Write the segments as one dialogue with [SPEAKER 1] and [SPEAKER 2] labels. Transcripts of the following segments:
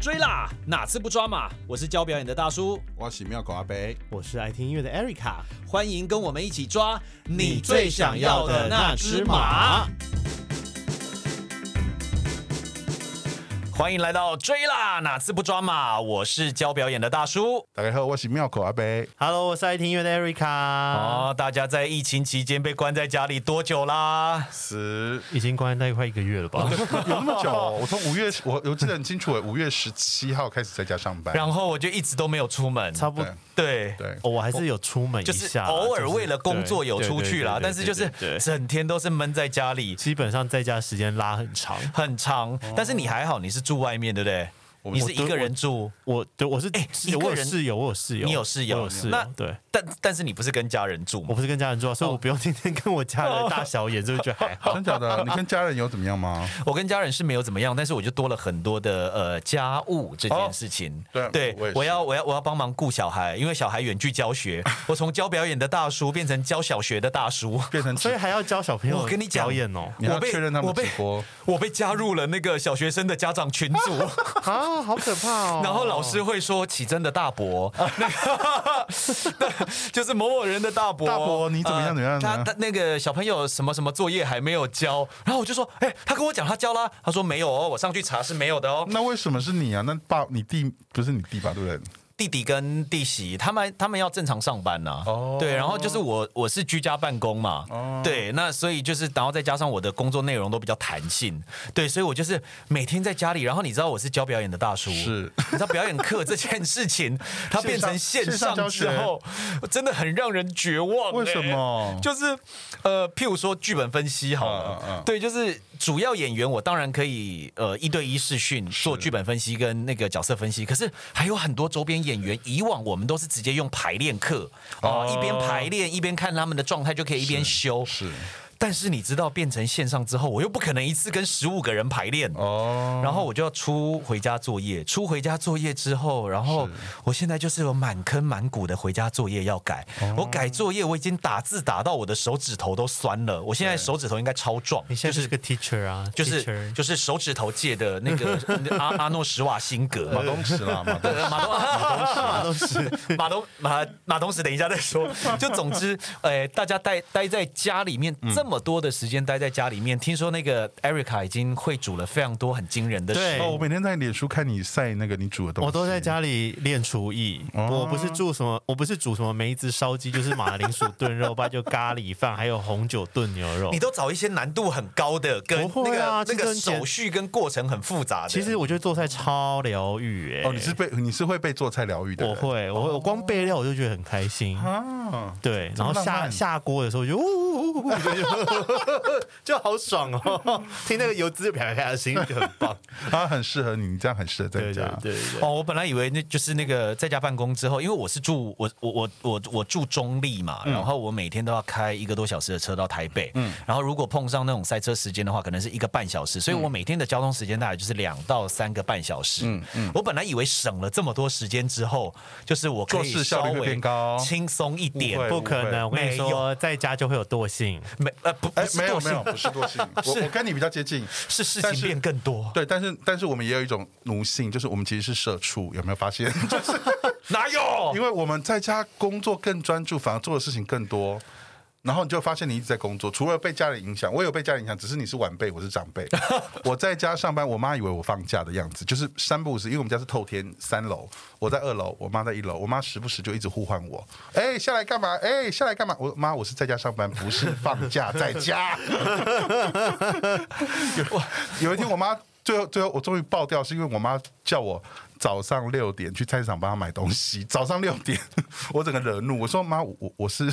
[SPEAKER 1] 追啦，哪次不抓马？我是教表演的大叔，
[SPEAKER 2] 我是妙狗阿北，
[SPEAKER 3] 我是爱听音乐的 Erica，
[SPEAKER 1] 欢迎跟我们一起抓你
[SPEAKER 3] 你
[SPEAKER 1] 最
[SPEAKER 3] 最
[SPEAKER 1] 想
[SPEAKER 3] 想
[SPEAKER 1] 要
[SPEAKER 3] 要
[SPEAKER 1] 的
[SPEAKER 3] 的
[SPEAKER 1] 那
[SPEAKER 3] 那
[SPEAKER 1] 只
[SPEAKER 3] 只
[SPEAKER 1] 马
[SPEAKER 3] 马。
[SPEAKER 1] 欢迎来到追啦，哪次不抓马？我是教表演的大叔。
[SPEAKER 2] 大家好，我是妙狗阿北，
[SPEAKER 3] ，Hello，我是爱听音乐的 Erica，、
[SPEAKER 1] 哦，大家在疫情期间被关在家里多久啦？
[SPEAKER 2] 十
[SPEAKER 3] 已经关在快一个月 了吧？
[SPEAKER 2] 有那么久？我从五月，我我记得很清楚，五月十七号开始在家上班。
[SPEAKER 1] 然后我就一直都没有出门，
[SPEAKER 3] 差不多、
[SPEAKER 2] 对
[SPEAKER 1] 对。
[SPEAKER 2] 对，
[SPEAKER 3] 哦我还是有出门一
[SPEAKER 1] 就是
[SPEAKER 3] 下啦，啊
[SPEAKER 1] 偶尔
[SPEAKER 3] 就是
[SPEAKER 1] 为了工作有出去啦，
[SPEAKER 3] 对对对对
[SPEAKER 1] 但是就是
[SPEAKER 3] 对对对
[SPEAKER 1] 整天都是闷在家里，
[SPEAKER 3] 基本上在家时间拉很长。
[SPEAKER 1] 很长。但是你还好，你是住外面，对不对？
[SPEAKER 2] 哦我
[SPEAKER 1] 你是一个人住，
[SPEAKER 3] 我对我是、
[SPEAKER 1] 哎
[SPEAKER 3] 是
[SPEAKER 1] 一个
[SPEAKER 3] 我有
[SPEAKER 1] 人
[SPEAKER 3] 室友，我有室友，
[SPEAKER 1] 你有室友
[SPEAKER 3] 我有室
[SPEAKER 1] 那哦
[SPEAKER 3] 友，对。
[SPEAKER 1] 但但是你不是跟家人住
[SPEAKER 3] 我
[SPEAKER 2] 哦
[SPEAKER 1] 吗？
[SPEAKER 3] 不是跟家人住啊，所以我不用天天跟我家人大小眼，所以我觉得还好。
[SPEAKER 2] 真假 的？你跟家人有怎么样吗？
[SPEAKER 1] 我跟家人是没有怎么样，但是我就多了很多的呃家务这件事情。
[SPEAKER 2] 哦对啊我也是
[SPEAKER 1] 我要我要我要帮忙顾小孩，因为小孩远距教学， 我从教表演的大叔变成教小学的大叔。
[SPEAKER 2] 变成
[SPEAKER 3] 所以还要教小朋友
[SPEAKER 1] 哦我跟你讲
[SPEAKER 3] 表演 哦，
[SPEAKER 2] 你要
[SPEAKER 1] 我被
[SPEAKER 2] 确认他们
[SPEAKER 1] 我被
[SPEAKER 2] 直播
[SPEAKER 1] 我被加入了那个小学生的家长群组，
[SPEAKER 3] 啊，好可怕哦！
[SPEAKER 1] 然后老师会说起真的大 伯，那个就是某某人的大伯，
[SPEAKER 2] 大伯你怎么样
[SPEAKER 1] 呃
[SPEAKER 2] 怎么样
[SPEAKER 1] 他
[SPEAKER 2] 呢
[SPEAKER 1] 他那个小朋友什么什么作业还没有交，然后我就说，哎、他跟我讲他交啦，他说没有哦，我上去查是没有的哦。
[SPEAKER 2] 那为什么是你啊？那爸，你弟不是你弟吧？对不对？
[SPEAKER 1] 弟弟跟弟媳他们他们要正常上班呐、
[SPEAKER 2] 哦
[SPEAKER 1] 对，然后就是我我是居家办公嘛，
[SPEAKER 2] 哦
[SPEAKER 1] 对，那所以就是然后再加上我的工作内容都比较弹性，对，所以我就是每天在家里，然后你知道我是教表演的大叔，
[SPEAKER 2] 是
[SPEAKER 1] 你知道表演课这件事情，它变成线
[SPEAKER 2] 线上
[SPEAKER 1] 上
[SPEAKER 2] 教
[SPEAKER 1] 之
[SPEAKER 2] 学
[SPEAKER 1] 后，真的很让人绝望、
[SPEAKER 2] 为什么
[SPEAKER 1] 欸就是呃，譬如说剧本分析好了，
[SPEAKER 2] 嗯嗯嗯
[SPEAKER 1] 对，就是主要演员我当然可以呃一对一视讯做剧本分析跟那个角色分析，可是还有很多周边演员，以往我们都是直接用排练课哦、
[SPEAKER 2] 哦
[SPEAKER 1] 一边排练一边看他们的状态就可以一边修。
[SPEAKER 2] 是
[SPEAKER 1] 但是你知道变成线上之后，我又不可能一次跟十五个人排练
[SPEAKER 2] 哦，
[SPEAKER 1] 然后我就要出回家作业，出回家作业之后，然后我现在就是有满坑满谷的回家作业要改。我改作业，我已经打字打到我的手指头都酸了，我现在手指头应该超壮，
[SPEAKER 3] 你现
[SPEAKER 1] 就
[SPEAKER 3] 在就是
[SPEAKER 1] 是。
[SPEAKER 3] 个 teacher 啊，
[SPEAKER 1] 就是
[SPEAKER 3] ，teacher
[SPEAKER 1] 就是手指头界的那个阿阿诺·施瓦辛格嘛，
[SPEAKER 2] 马东石啦，马东石。
[SPEAKER 1] 马东石， 马东马马东石，等一下再说。就总之，哎，大家待待在家里面这么多的时间，待在家里面，听说那个 Erica 已经会煮了非常多很惊人的食
[SPEAKER 3] 对
[SPEAKER 2] 哦，我每天在脸书看你晒那个你煮的东西，
[SPEAKER 3] 我都在家里练厨艺，我不是煮什么，我不是煮什么梅子烧鸡，就是马铃薯炖肉，吧，就咖喱饭，还有红酒炖牛
[SPEAKER 2] 哦
[SPEAKER 3] 肉
[SPEAKER 1] 你。都找一些难度很高的，跟
[SPEAKER 3] 不
[SPEAKER 1] 那
[SPEAKER 3] 会
[SPEAKER 1] 个、
[SPEAKER 3] 啊
[SPEAKER 1] 那
[SPEAKER 3] 这
[SPEAKER 1] 个
[SPEAKER 3] 跟简
[SPEAKER 1] 手续跟过程很复杂的。
[SPEAKER 3] 其实我觉得做菜超疗愈、哎，
[SPEAKER 2] 哦，你是被你是会被做菜疗愈的
[SPEAKER 3] 我
[SPEAKER 2] 人，
[SPEAKER 3] 会，我我光备料我就觉得很开心，
[SPEAKER 2] 啊，
[SPEAKER 3] 对，
[SPEAKER 2] 这么
[SPEAKER 3] 然后
[SPEAKER 2] 浪
[SPEAKER 3] 下
[SPEAKER 2] 漫
[SPEAKER 3] 下锅的时候就呜呜呜呜，我就就好爽哦，听那个油滋啪啪啪的声音就很棒，
[SPEAKER 2] 他啊很适合你，你这样很适合在
[SPEAKER 3] 对对
[SPEAKER 2] 家。
[SPEAKER 3] 对对。
[SPEAKER 1] 哦，我本来以为那就是那个在家办公之后，因为我是住我我我我我住中立嘛，
[SPEAKER 2] 嗯
[SPEAKER 1] 然后我每天都要开一个多小时的车到台北，嗯，然后如果碰上那种塞车时间的话，可能是一个半小时，
[SPEAKER 2] 嗯
[SPEAKER 1] 所以我每天的交通时间大概就是两到三个半小时，嗯嗯，我本来以为省了这么多时间之后，就是我可以
[SPEAKER 2] 做事效率会
[SPEAKER 1] 稍微
[SPEAKER 2] 变高
[SPEAKER 1] 轻松一点
[SPEAKER 2] 误，会
[SPEAKER 3] 不可能！我跟你
[SPEAKER 1] 没
[SPEAKER 3] 说，
[SPEAKER 1] 有
[SPEAKER 3] 在家就会有惰性。
[SPEAKER 1] 没呃不不
[SPEAKER 2] 哎，
[SPEAKER 1] 是
[SPEAKER 2] 没有
[SPEAKER 1] 惰
[SPEAKER 2] 没
[SPEAKER 1] 性
[SPEAKER 2] 有，不是惰性，
[SPEAKER 1] 是
[SPEAKER 2] 我我跟你比较接近，
[SPEAKER 1] 是事
[SPEAKER 2] 但
[SPEAKER 1] 情变更 多，
[SPEAKER 2] 对，但是但是我们也有一种奴性，就是我们其实是社畜，有没有发现？就是
[SPEAKER 1] 哪有？
[SPEAKER 2] 因为我们在家工作更专注，反而做的事情更多。然后你就发现你一直在工作，除了被家人影响，我也有被家人影响，只是你是晚辈，我是长辈。我在家上班，我妈以为我放假的样子，就是三不五时，因为我们家是透天三楼，我在二楼，我妈在一楼，我妈时不时就一直呼唤我，哎，下来干嘛？哎，下来干嘛？我妈，我是在家上班，不是放假，在家。 有一天，我妈最后最后我终于爆掉，是因为我妈叫我早上六点去菜市场帮她买东西。早上六点，我整个惹怒，我说妈，我我我是，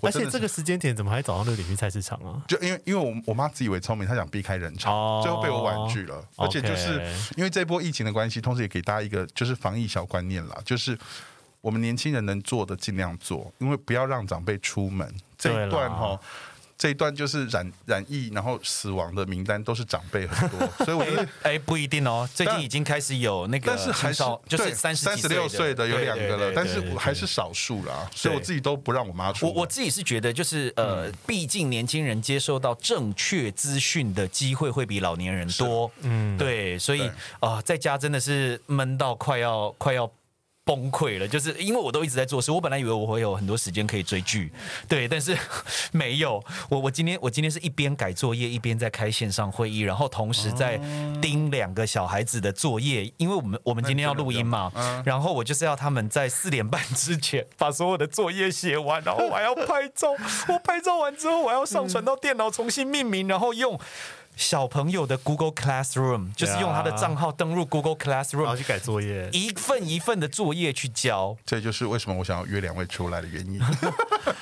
[SPEAKER 2] 我
[SPEAKER 3] 而
[SPEAKER 2] 真
[SPEAKER 3] 且
[SPEAKER 2] 的
[SPEAKER 3] 这
[SPEAKER 2] 是。
[SPEAKER 3] 个时间点怎么还早上六点去菜市场啊？
[SPEAKER 2] 就因为因为我我妈自以为聪明，她想避开人潮
[SPEAKER 3] 哦
[SPEAKER 2] 最后被我婉拒了。而且就是
[SPEAKER 3] OK
[SPEAKER 2] 因为这波疫情的关系，同时也给大家一个就是防疫小观念啦，就是我们年轻人能做的尽量做，因为不要让长辈出门。这
[SPEAKER 3] 对
[SPEAKER 2] 一
[SPEAKER 3] 啦
[SPEAKER 2] 段哈，这一段就是染染疫然后死亡的名单都是长辈很多，所以我觉得。
[SPEAKER 1] 哎，不一定哦，最近
[SPEAKER 2] 但
[SPEAKER 1] 已经开始有那个
[SPEAKER 2] 但是还
[SPEAKER 1] 青
[SPEAKER 2] 是
[SPEAKER 1] 少就
[SPEAKER 2] 对
[SPEAKER 1] 是三十
[SPEAKER 2] 三十六岁的有两个了，但是
[SPEAKER 1] 我
[SPEAKER 2] 我还是少数啦，所以我自己都不让我妈出
[SPEAKER 1] 我
[SPEAKER 2] 门。
[SPEAKER 1] 我自己是觉得，就是呃，毕竟年轻人接受到正确资讯的机会会比老年人多，嗯，对，所以
[SPEAKER 2] 对
[SPEAKER 1] 啊、在家真的是闷到快要快要。崩溃了，就是因为我都一直在做事。我本来以为我会有很多时间可以追剧，对，但是 没有。我我今天我今天是一边改作业，一边在开线上会议，然后同时在盯两个小孩子的作业，因为我们我们今天要录音嘛，
[SPEAKER 2] 嗯
[SPEAKER 1] 然后我就是要他们在四点半之前把所有的作业写完，然后我还要拍照，我拍照完之后我还要上传到电脑重新命名，然后用。小朋友的 Google Classroom 就是用他的账号登入 Google
[SPEAKER 3] 然后
[SPEAKER 1] Classroom，
[SPEAKER 3] 去改作业。
[SPEAKER 1] 一份一份的作业去交。
[SPEAKER 2] 这就是为什么我想要约两位出来的原因。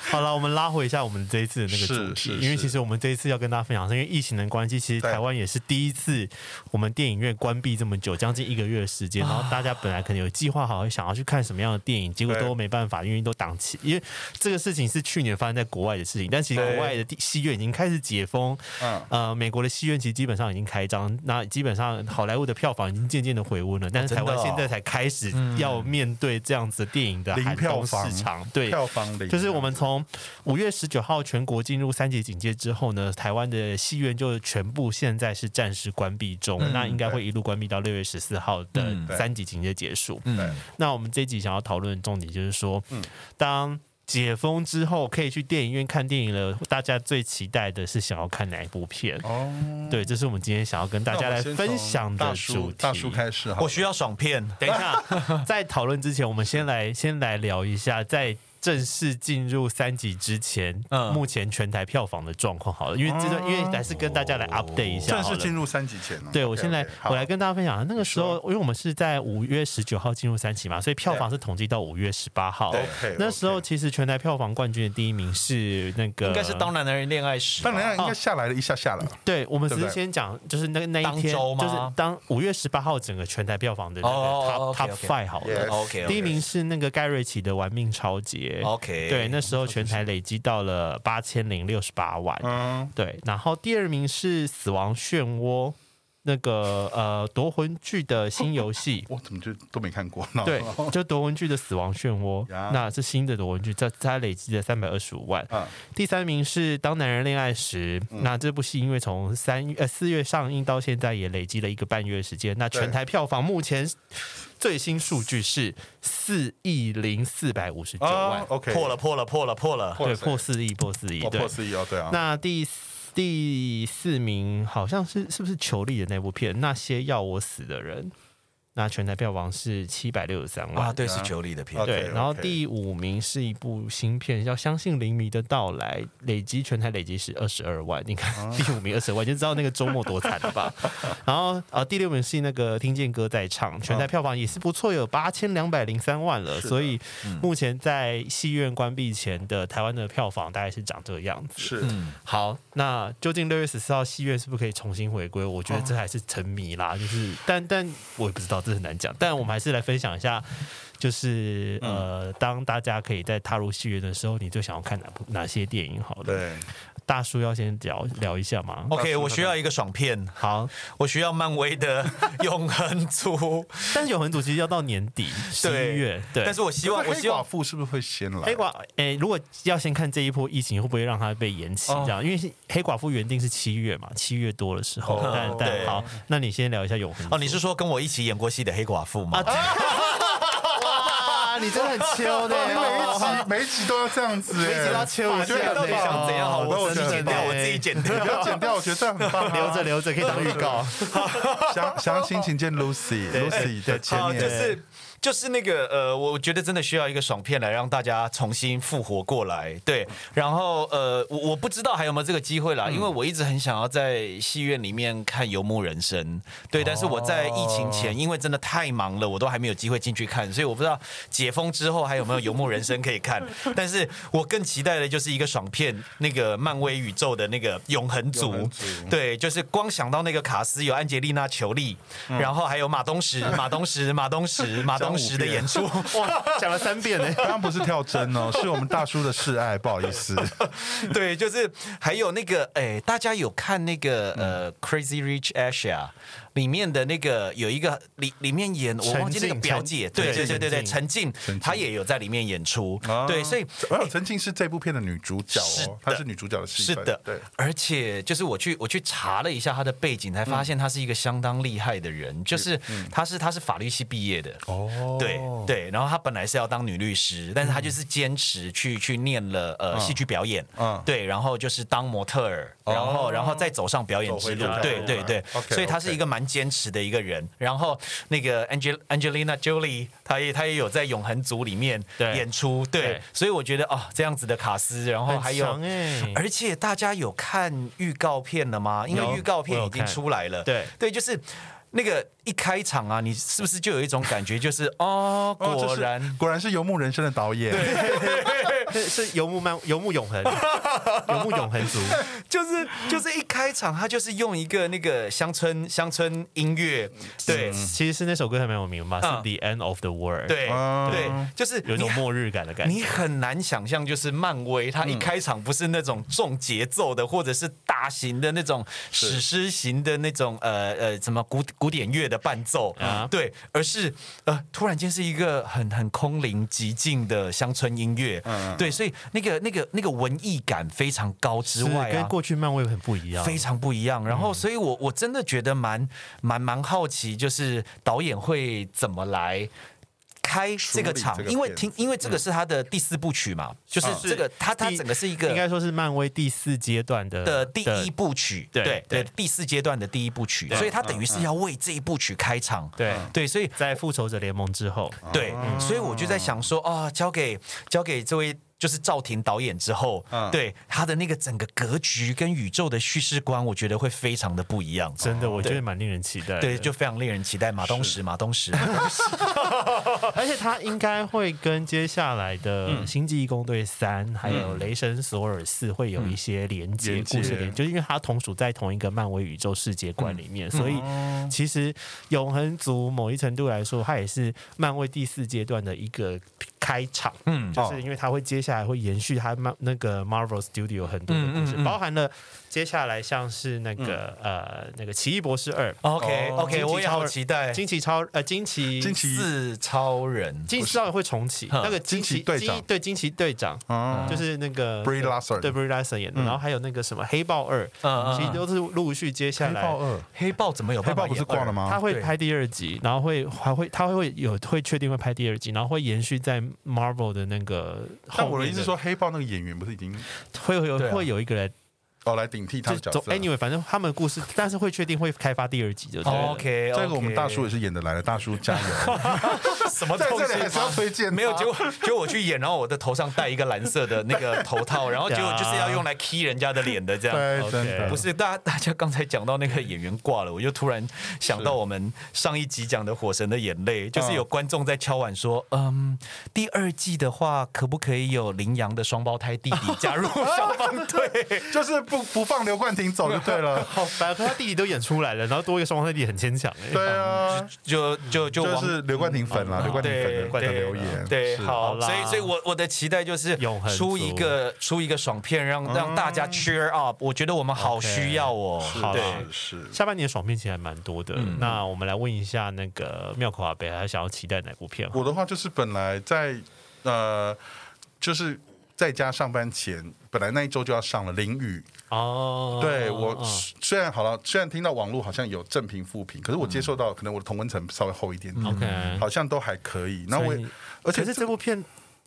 [SPEAKER 3] 好了，我们拉回一下我们这一次的那个主
[SPEAKER 2] 是
[SPEAKER 3] 题，
[SPEAKER 2] 是
[SPEAKER 3] 因为
[SPEAKER 2] 是
[SPEAKER 3] 其实我们这一次要跟大家分享，是因为疫情的关系，其实
[SPEAKER 2] 对
[SPEAKER 3] 台湾也是第一次我们电影院关闭这么久，将近一个月的时
[SPEAKER 2] 啊
[SPEAKER 3] 间。然后大家本来可能有计划好想要去看什么样的电影，结果
[SPEAKER 2] 对
[SPEAKER 3] 都没办法，因为都档期。因为这个事情是去年发生在国外的事情，但其实
[SPEAKER 1] 对
[SPEAKER 3] 国外的地戏院已经开始解封，
[SPEAKER 2] 嗯
[SPEAKER 3] 呃，美国的戏院其实基本上已经开张，那基本上好莱坞的票房已经渐渐的回温了，但是
[SPEAKER 2] 啊
[SPEAKER 1] 真
[SPEAKER 3] 台
[SPEAKER 1] 的
[SPEAKER 3] 湾
[SPEAKER 1] 哦
[SPEAKER 3] 现在才开始要面对这样子的电影的
[SPEAKER 2] 嗯零
[SPEAKER 3] 寒
[SPEAKER 2] 票
[SPEAKER 3] 冬市
[SPEAKER 2] 房
[SPEAKER 3] 场， 对，
[SPEAKER 2] 票房零，
[SPEAKER 3] 就是我们从五月十九号全国进入三级警戒之后呢，台湾的戏院就全部现在是暂时关闭中，那应该会一路关闭到六月十四号的
[SPEAKER 1] 嗯
[SPEAKER 2] 嗯对
[SPEAKER 3] 三级警戒结束。
[SPEAKER 2] 对
[SPEAKER 1] 嗯，
[SPEAKER 3] 那我们这一集想要讨论的重点就是说，
[SPEAKER 2] 嗯
[SPEAKER 3] 当解封之后可以去电影院看电影了，大家最期待的是想要看哪一部片？
[SPEAKER 2] 哦，
[SPEAKER 3] 对，这是我们今天想要跟大
[SPEAKER 2] 那
[SPEAKER 3] 家
[SPEAKER 2] 我
[SPEAKER 3] 来
[SPEAKER 2] 们先从
[SPEAKER 3] 分享的
[SPEAKER 2] 大
[SPEAKER 3] 主
[SPEAKER 2] 叔
[SPEAKER 3] 题。
[SPEAKER 2] 大叔开始好了，
[SPEAKER 1] 我需要爽片。
[SPEAKER 3] 等一 下，在讨论之前，我们先来先来聊一下，在正式进入三级之前，
[SPEAKER 1] 嗯
[SPEAKER 3] 目前全台票房的状况好了，因为这段、因为还是跟大家来 update 一
[SPEAKER 2] 哦
[SPEAKER 3] 下
[SPEAKER 2] 正
[SPEAKER 3] 好
[SPEAKER 2] 式
[SPEAKER 3] 了。
[SPEAKER 2] 进入三级前哦。
[SPEAKER 3] 对，我
[SPEAKER 2] OK，OK，
[SPEAKER 3] 先来，
[SPEAKER 2] 好
[SPEAKER 3] 我来跟大家分享。那个时候，因为我们是在五月十九号进入三期嘛，所以票
[SPEAKER 2] 对
[SPEAKER 3] 房是统计到五月十八号。
[SPEAKER 2] 对，OK，
[SPEAKER 3] 那时候
[SPEAKER 2] OK
[SPEAKER 3] 其实全台票房冠军的第一名是那个，
[SPEAKER 1] 应该是当男人恋爱时吧，
[SPEAKER 2] 当
[SPEAKER 3] 哦
[SPEAKER 2] 然应该下来了一下下了，
[SPEAKER 3] 对，我们只
[SPEAKER 2] 对
[SPEAKER 3] 是
[SPEAKER 2] 不对
[SPEAKER 3] 先讲，就是那个那一
[SPEAKER 1] 当
[SPEAKER 3] 天，
[SPEAKER 1] 周吗
[SPEAKER 3] 就是当五月十八号整个全台票房的那个
[SPEAKER 1] 哦
[SPEAKER 3] top top
[SPEAKER 1] ，OK，OK
[SPEAKER 3] five 好了。
[SPEAKER 2] Yes
[SPEAKER 1] OK，
[SPEAKER 3] 第一名是那个盖瑞奇的《玩命超劫》。
[SPEAKER 1] OK，
[SPEAKER 3] 对，那时候全台累积到了八千零六十八万。
[SPEAKER 2] 嗯，。
[SPEAKER 3] 对，然后第二名是《死亡漩涡》，那个呃夺魂剧的新游戏
[SPEAKER 2] 我怎么就都没看过？然后
[SPEAKER 3] 对，就夺魂剧的《死亡漩涡》
[SPEAKER 2] 哦呀
[SPEAKER 3] 那是新的夺魂剧，它它累积了三百二十五万。
[SPEAKER 2] 嗯
[SPEAKER 3] 第三名是《当男人恋爱时》，那这部戏因为从三月呃四月上映到现在也累积了一个半月的时间，那全台票房目前最新数据是四亿零四百五十九万，
[SPEAKER 2] 啊，OK，Oh
[SPEAKER 1] 破了，破了，破了，破了。
[SPEAKER 2] 破
[SPEAKER 3] 对，
[SPEAKER 2] 了谁
[SPEAKER 3] 破四亿，破四亿，
[SPEAKER 2] 哦
[SPEAKER 3] 对
[SPEAKER 2] 破。四亿哦，对啊，
[SPEAKER 3] 那第四第四名好像是是不是裘力的那部片《那些要我死的人》，那全台票房是七百六十三万。
[SPEAKER 1] 啊，对，是球里的片
[SPEAKER 2] 啊。
[SPEAKER 3] 对
[SPEAKER 2] OK，OK
[SPEAKER 3] 然后第五名是一部新片，叫《相信灵迷的到来》，累积全台累积是二十二万。你看、 第五名二十万，就知道那个周末多惨了吧？然后呃，第六名是那个《听见歌在唱》，全台票房也是不错，有八千两百零三万了。所以目前在戏院关闭前的台湾的票房大概是长这个样子。
[SPEAKER 2] 是
[SPEAKER 1] 嗯
[SPEAKER 3] 好，那究竟六月十四号戏院是不是可以重新回归？我觉得
[SPEAKER 1] 哦
[SPEAKER 3] 这还是沉迷啦，就是但但我也不知道，这很难讲。但我们还是来分享一下，就是、
[SPEAKER 1] 嗯
[SPEAKER 3] 呃，当大家可以在踏入戏院的时候，你最想要看哪部哪些电影？好了，
[SPEAKER 2] 对，
[SPEAKER 3] 大叔要先聊聊一下嘛。
[SPEAKER 1] OK，我需要一个爽片，
[SPEAKER 3] 好，
[SPEAKER 1] 我需要漫威的《永恒族》。
[SPEAKER 3] 但是永恒主其实要到年底十一月，对，啊
[SPEAKER 1] 但是我希望，
[SPEAKER 2] 可
[SPEAKER 1] 我
[SPEAKER 2] 是
[SPEAKER 1] 希
[SPEAKER 2] 黑寡
[SPEAKER 1] 望
[SPEAKER 2] 妇是不是会先来？
[SPEAKER 3] 黑寡诶、如果要先看这一波疫情会不会让它被延期，
[SPEAKER 1] 哦
[SPEAKER 3] 这样，因为是黑寡妇原定是七月嘛，七月多的时候，
[SPEAKER 2] 哦
[SPEAKER 3] 但
[SPEAKER 1] 对
[SPEAKER 3] 但好，那你先聊一下永恒族
[SPEAKER 1] 哦，你是说跟我一起演过戏的黑寡妇吗？
[SPEAKER 3] 啊，你真的很秋 的
[SPEAKER 2] 你 每一集每一集都要这样子，哎
[SPEAKER 3] 每一集都要切我
[SPEAKER 2] 我觉
[SPEAKER 3] 这
[SPEAKER 2] 得
[SPEAKER 1] 到
[SPEAKER 3] 样
[SPEAKER 2] 很
[SPEAKER 1] 底
[SPEAKER 3] 子
[SPEAKER 1] 想
[SPEAKER 2] 棒，
[SPEAKER 1] 怎样？好，
[SPEAKER 2] 哦
[SPEAKER 1] 我自己剪掉，
[SPEAKER 3] 我
[SPEAKER 1] 我
[SPEAKER 3] 真的
[SPEAKER 1] 自己剪
[SPEAKER 2] 不
[SPEAKER 1] 掉。
[SPEAKER 2] 要剪掉，我觉得这样很棒啊，
[SPEAKER 3] 留 着留着可以当预告。
[SPEAKER 2] 详详情请见 Lucy，Lucy 的前
[SPEAKER 1] 好，
[SPEAKER 2] 面
[SPEAKER 1] 哦就是就是那个呃，我觉得真的需要一个爽片来让大家重新复活过来。对，然后呃，我我不知道还有没有这个机会啦，因为我一直很想要在戏院里面看《游牧人生》。对，但是我在疫情前，因为真的太忙了，我都还没有机会进去看，所以我不知道解封之后还有没有《游牧人生》可以看。但是我更期待的就是一个爽片，那个漫威宇宙的那个《永恒族
[SPEAKER 2] 永恒族》。
[SPEAKER 1] 对，就是光
[SPEAKER 3] 嗯
[SPEAKER 1] 想到那个卡斯有安杰丽娜·裘丽，然后还有马东石、马东石、马东石、马东忠实的演出。
[SPEAKER 3] 哇，讲了三遍呢。
[SPEAKER 2] 刚刚不是跳针哦，是我们大叔的示爱，不好意思。
[SPEAKER 1] 对，就是还有那个，哎，大家有看那个呃《Crazy Rich Asia》里面的那个有一个里里面演我忘记那个
[SPEAKER 3] 陈静
[SPEAKER 1] 表姐，
[SPEAKER 3] 陈
[SPEAKER 1] 对对对对对，
[SPEAKER 3] 对
[SPEAKER 1] 陈静，她也有在里面演出，
[SPEAKER 3] 啊
[SPEAKER 1] 对，所以
[SPEAKER 2] 哦，陈静是这部片的女主角
[SPEAKER 1] 是的
[SPEAKER 2] 哦，她是女主角的戏
[SPEAKER 1] 是
[SPEAKER 2] 份。
[SPEAKER 1] 的，
[SPEAKER 2] 对，
[SPEAKER 1] 而且就是我去我去查了一下他的背景，才发现他是一个相当厉害的人，就是他是他是法律系毕业的。
[SPEAKER 2] 嗯哦
[SPEAKER 1] 对对，然后他本来是要当女律师，但是他就是坚持去去念了呃戏剧表演，
[SPEAKER 2] 嗯
[SPEAKER 1] 对，然后就是当模特儿，然后然后再走上表演之路
[SPEAKER 2] 走回，
[SPEAKER 1] 对
[SPEAKER 2] 这条路
[SPEAKER 1] 对对，
[SPEAKER 2] OK，
[SPEAKER 1] 所以他是
[SPEAKER 2] OK
[SPEAKER 1] 一个蛮坚持的一个人。然后那个 Angel Angelina Jolie，她也她也有在《永恒族》里面
[SPEAKER 3] 对
[SPEAKER 1] 演出，对，
[SPEAKER 3] 对
[SPEAKER 1] 所以我觉得哦这样子的卡斯，然后还有
[SPEAKER 3] 很强欸
[SPEAKER 1] 而且大家有看预告片了吗？因
[SPEAKER 3] 有
[SPEAKER 1] 为预告片已
[SPEAKER 3] 我有
[SPEAKER 1] 经
[SPEAKER 3] 看
[SPEAKER 1] 出来了。
[SPEAKER 3] 对
[SPEAKER 1] 对，就是那个一开场啊，你是不是就有一种感觉，就是 哦，
[SPEAKER 2] 哦这
[SPEAKER 1] 果
[SPEAKER 2] 是
[SPEAKER 1] 然、
[SPEAKER 2] 果然是游牧人生的导演。
[SPEAKER 3] 是是游牧漫游牧永恒， 游牧永恒族，
[SPEAKER 1] 就是就是一开场，他就是用一个那个乡村乡村音乐，对、
[SPEAKER 3] 其实是那首歌还蛮有名嘛，是
[SPEAKER 1] 嗯
[SPEAKER 3] The End of the World，
[SPEAKER 1] 对、
[SPEAKER 2] 嗯
[SPEAKER 1] 对，就是
[SPEAKER 3] 有一
[SPEAKER 1] 你
[SPEAKER 3] 种末日感的感觉。嗯
[SPEAKER 1] 你很难想象，就是漫威它一开场不是那种重节奏的，或者是大型的那种史诗型的那种呃呃什么古古典乐的伴奏，
[SPEAKER 3] 啊
[SPEAKER 1] 对，而是呃突然间是一个很很空灵极静的乡村音乐，
[SPEAKER 3] 嗯
[SPEAKER 1] 对，所以那个那个那个文艺感非常高之
[SPEAKER 3] 是
[SPEAKER 1] 外
[SPEAKER 3] 跟
[SPEAKER 1] 啊。
[SPEAKER 3] 过去漫威很不一样，
[SPEAKER 1] 非常不一样，然后，所以我我真的觉得蛮蛮蛮好奇，就是导演会怎么来开这个场
[SPEAKER 2] 处理这，个
[SPEAKER 1] 因为
[SPEAKER 2] 片
[SPEAKER 1] 听，因为这个是他的第四部曲嘛，就是
[SPEAKER 2] 嗯
[SPEAKER 1] 这个他他
[SPEAKER 3] 第
[SPEAKER 1] 整个是一
[SPEAKER 3] 应该
[SPEAKER 1] 个
[SPEAKER 3] 说是漫威第四阶段的
[SPEAKER 1] 的第
[SPEAKER 3] 的
[SPEAKER 1] 一部曲，
[SPEAKER 3] 对
[SPEAKER 1] 对
[SPEAKER 3] 对
[SPEAKER 1] 对，第四阶段的第一部曲，
[SPEAKER 3] 对
[SPEAKER 1] 所以他等于是要为这一部曲开场，
[SPEAKER 3] 对，
[SPEAKER 1] 嗯对，所以嗯
[SPEAKER 3] 在复仇者联盟之后，
[SPEAKER 1] 对，所以我就在想说，啊、交给交给这位就是赵婷导演之后，
[SPEAKER 2] 嗯
[SPEAKER 1] 对他的那个整个格局跟宇宙的叙事观，我觉得会非常的不一样。
[SPEAKER 3] 真的我觉得蛮令人期待的。
[SPEAKER 1] 对，就非常令人期待。马东石，马东 石，
[SPEAKER 3] 而且他应该会跟接下来的
[SPEAKER 2] 嗯
[SPEAKER 3] 《星际异攻队三》还有《雷神索尔四》会有一些连接，
[SPEAKER 2] 连接
[SPEAKER 3] 故事连，就是因为它同属在同一个漫威宇宙世界观里
[SPEAKER 2] 嗯
[SPEAKER 3] 面，所以
[SPEAKER 2] 哦
[SPEAKER 3] 其实《永恒族》某一程度来说，它也是漫威第四阶段的一个开场。嗯，
[SPEAKER 2] 哦
[SPEAKER 3] 就是因为它会接下来会延续它漫那个 Marvel Studio 很多的故
[SPEAKER 2] 嗯
[SPEAKER 3] 事，包含了接下来像是那个呃那个《奇异博士二》。
[SPEAKER 1] OK
[SPEAKER 3] 哦惊
[SPEAKER 1] OK，
[SPEAKER 3] 奇
[SPEAKER 1] 我也
[SPEAKER 3] 超
[SPEAKER 1] 好
[SPEAKER 3] 人
[SPEAKER 1] 期待
[SPEAKER 3] 惊奇超呃，惊奇
[SPEAKER 2] 哦惊奇
[SPEAKER 1] 四超人。
[SPEAKER 3] 惊奇少年会重启，那个
[SPEAKER 2] 惊奇
[SPEAKER 3] 奇
[SPEAKER 2] 队长
[SPEAKER 3] 惊对惊奇队长，
[SPEAKER 2] 哦
[SPEAKER 3] 就是那个
[SPEAKER 2] Brie Larson 嗯啊
[SPEAKER 3] 对 Brie Larson 演的，然后还有那个什么黑豹二
[SPEAKER 1] 嗯嗯，
[SPEAKER 3] 其实都是陆续接下
[SPEAKER 2] 黑豹
[SPEAKER 3] 来。
[SPEAKER 2] 二，
[SPEAKER 1] 黑豹怎么有
[SPEAKER 2] 黑
[SPEAKER 1] 办法
[SPEAKER 2] 豹不是
[SPEAKER 1] 演
[SPEAKER 2] 挂
[SPEAKER 1] 二
[SPEAKER 2] 了？吗？
[SPEAKER 3] 他会
[SPEAKER 1] 对
[SPEAKER 3] 拍第二集，然后会还会他会有会确定会拍第二集，然后会延续在 Marvel 的那个后面。
[SPEAKER 2] 但我的意思是，说，黑豹那个演员不是已经
[SPEAKER 3] 会有
[SPEAKER 1] 对啊
[SPEAKER 3] 会有一个人
[SPEAKER 2] 哦来顶替他
[SPEAKER 3] 就
[SPEAKER 2] 的角色
[SPEAKER 3] 走
[SPEAKER 2] 了？
[SPEAKER 3] anyway，反正他们的故事，但是会确定会开发第二集就哦对
[SPEAKER 2] 哦
[SPEAKER 3] 了。
[SPEAKER 1] 哦 OK，
[SPEAKER 2] 这个我们大叔也是演得来的，大叔加 油！
[SPEAKER 1] 什么
[SPEAKER 2] 在
[SPEAKER 1] 东
[SPEAKER 2] 这里还是
[SPEAKER 1] 西啊
[SPEAKER 2] 要 推荐他，
[SPEAKER 1] 没有，结果结果我去演，然后我的头上戴一个蓝色的那个头套，然后结果就是要用来 key 人家的脸的这样。
[SPEAKER 2] 对，
[SPEAKER 3] OK。
[SPEAKER 2] 真的
[SPEAKER 1] 不是，大家 大家刚才讲到那个演员挂了，我就突然想到我们上一集讲的《火神的眼泪》，
[SPEAKER 2] 嗯
[SPEAKER 1] 就是有观众在敲碗说，嗯，第二季的话，可不可以有羚羊的双胞胎弟弟加 入消防队？
[SPEAKER 2] 就是不不放刘冠廷走就对了
[SPEAKER 3] 好烦，哦可他弟弟都演出来了，然后多一个双胞胎弟弟很牵强哎。
[SPEAKER 2] 对啊，
[SPEAKER 1] 就就就
[SPEAKER 2] 就
[SPEAKER 1] 王嗯
[SPEAKER 2] 是刘冠廷粉啦，刘冠廷
[SPEAKER 1] 对
[SPEAKER 2] 粉的
[SPEAKER 1] 对
[SPEAKER 2] 留言，
[SPEAKER 1] 对，
[SPEAKER 2] 是
[SPEAKER 1] 好
[SPEAKER 3] 好，啦
[SPEAKER 1] 所以所以我我的期待就是
[SPEAKER 3] 永恒
[SPEAKER 1] 出一
[SPEAKER 3] 族
[SPEAKER 2] 嗯
[SPEAKER 1] 个出一个爽片，让让大家 cheer up，我觉得我们好
[SPEAKER 3] OK，
[SPEAKER 1] 需要哦，
[SPEAKER 3] 好
[SPEAKER 1] 对
[SPEAKER 3] 啦
[SPEAKER 2] 是
[SPEAKER 3] 下半年爽片其实还蛮多的，
[SPEAKER 2] 嗯
[SPEAKER 3] 那我们来问一下那个妙口阿北，他想要期待哪部片？
[SPEAKER 2] 我的话就是本来在呃，就是在家上班前，本来那一周就要上了淋雨。
[SPEAKER 1] 嗯
[SPEAKER 3] 哦，
[SPEAKER 2] 对我
[SPEAKER 3] 哦
[SPEAKER 2] 虽然好了，虽然听到网络好像有正评负评，可是我接受到可能我的同温层稍微厚一点点，
[SPEAKER 1] 嗯
[SPEAKER 3] OK，
[SPEAKER 2] 好像都还可以。那我
[SPEAKER 3] 所以
[SPEAKER 2] 也
[SPEAKER 3] 你
[SPEAKER 2] 而
[SPEAKER 3] 可
[SPEAKER 2] 且
[SPEAKER 3] 是
[SPEAKER 2] 这
[SPEAKER 3] 这部片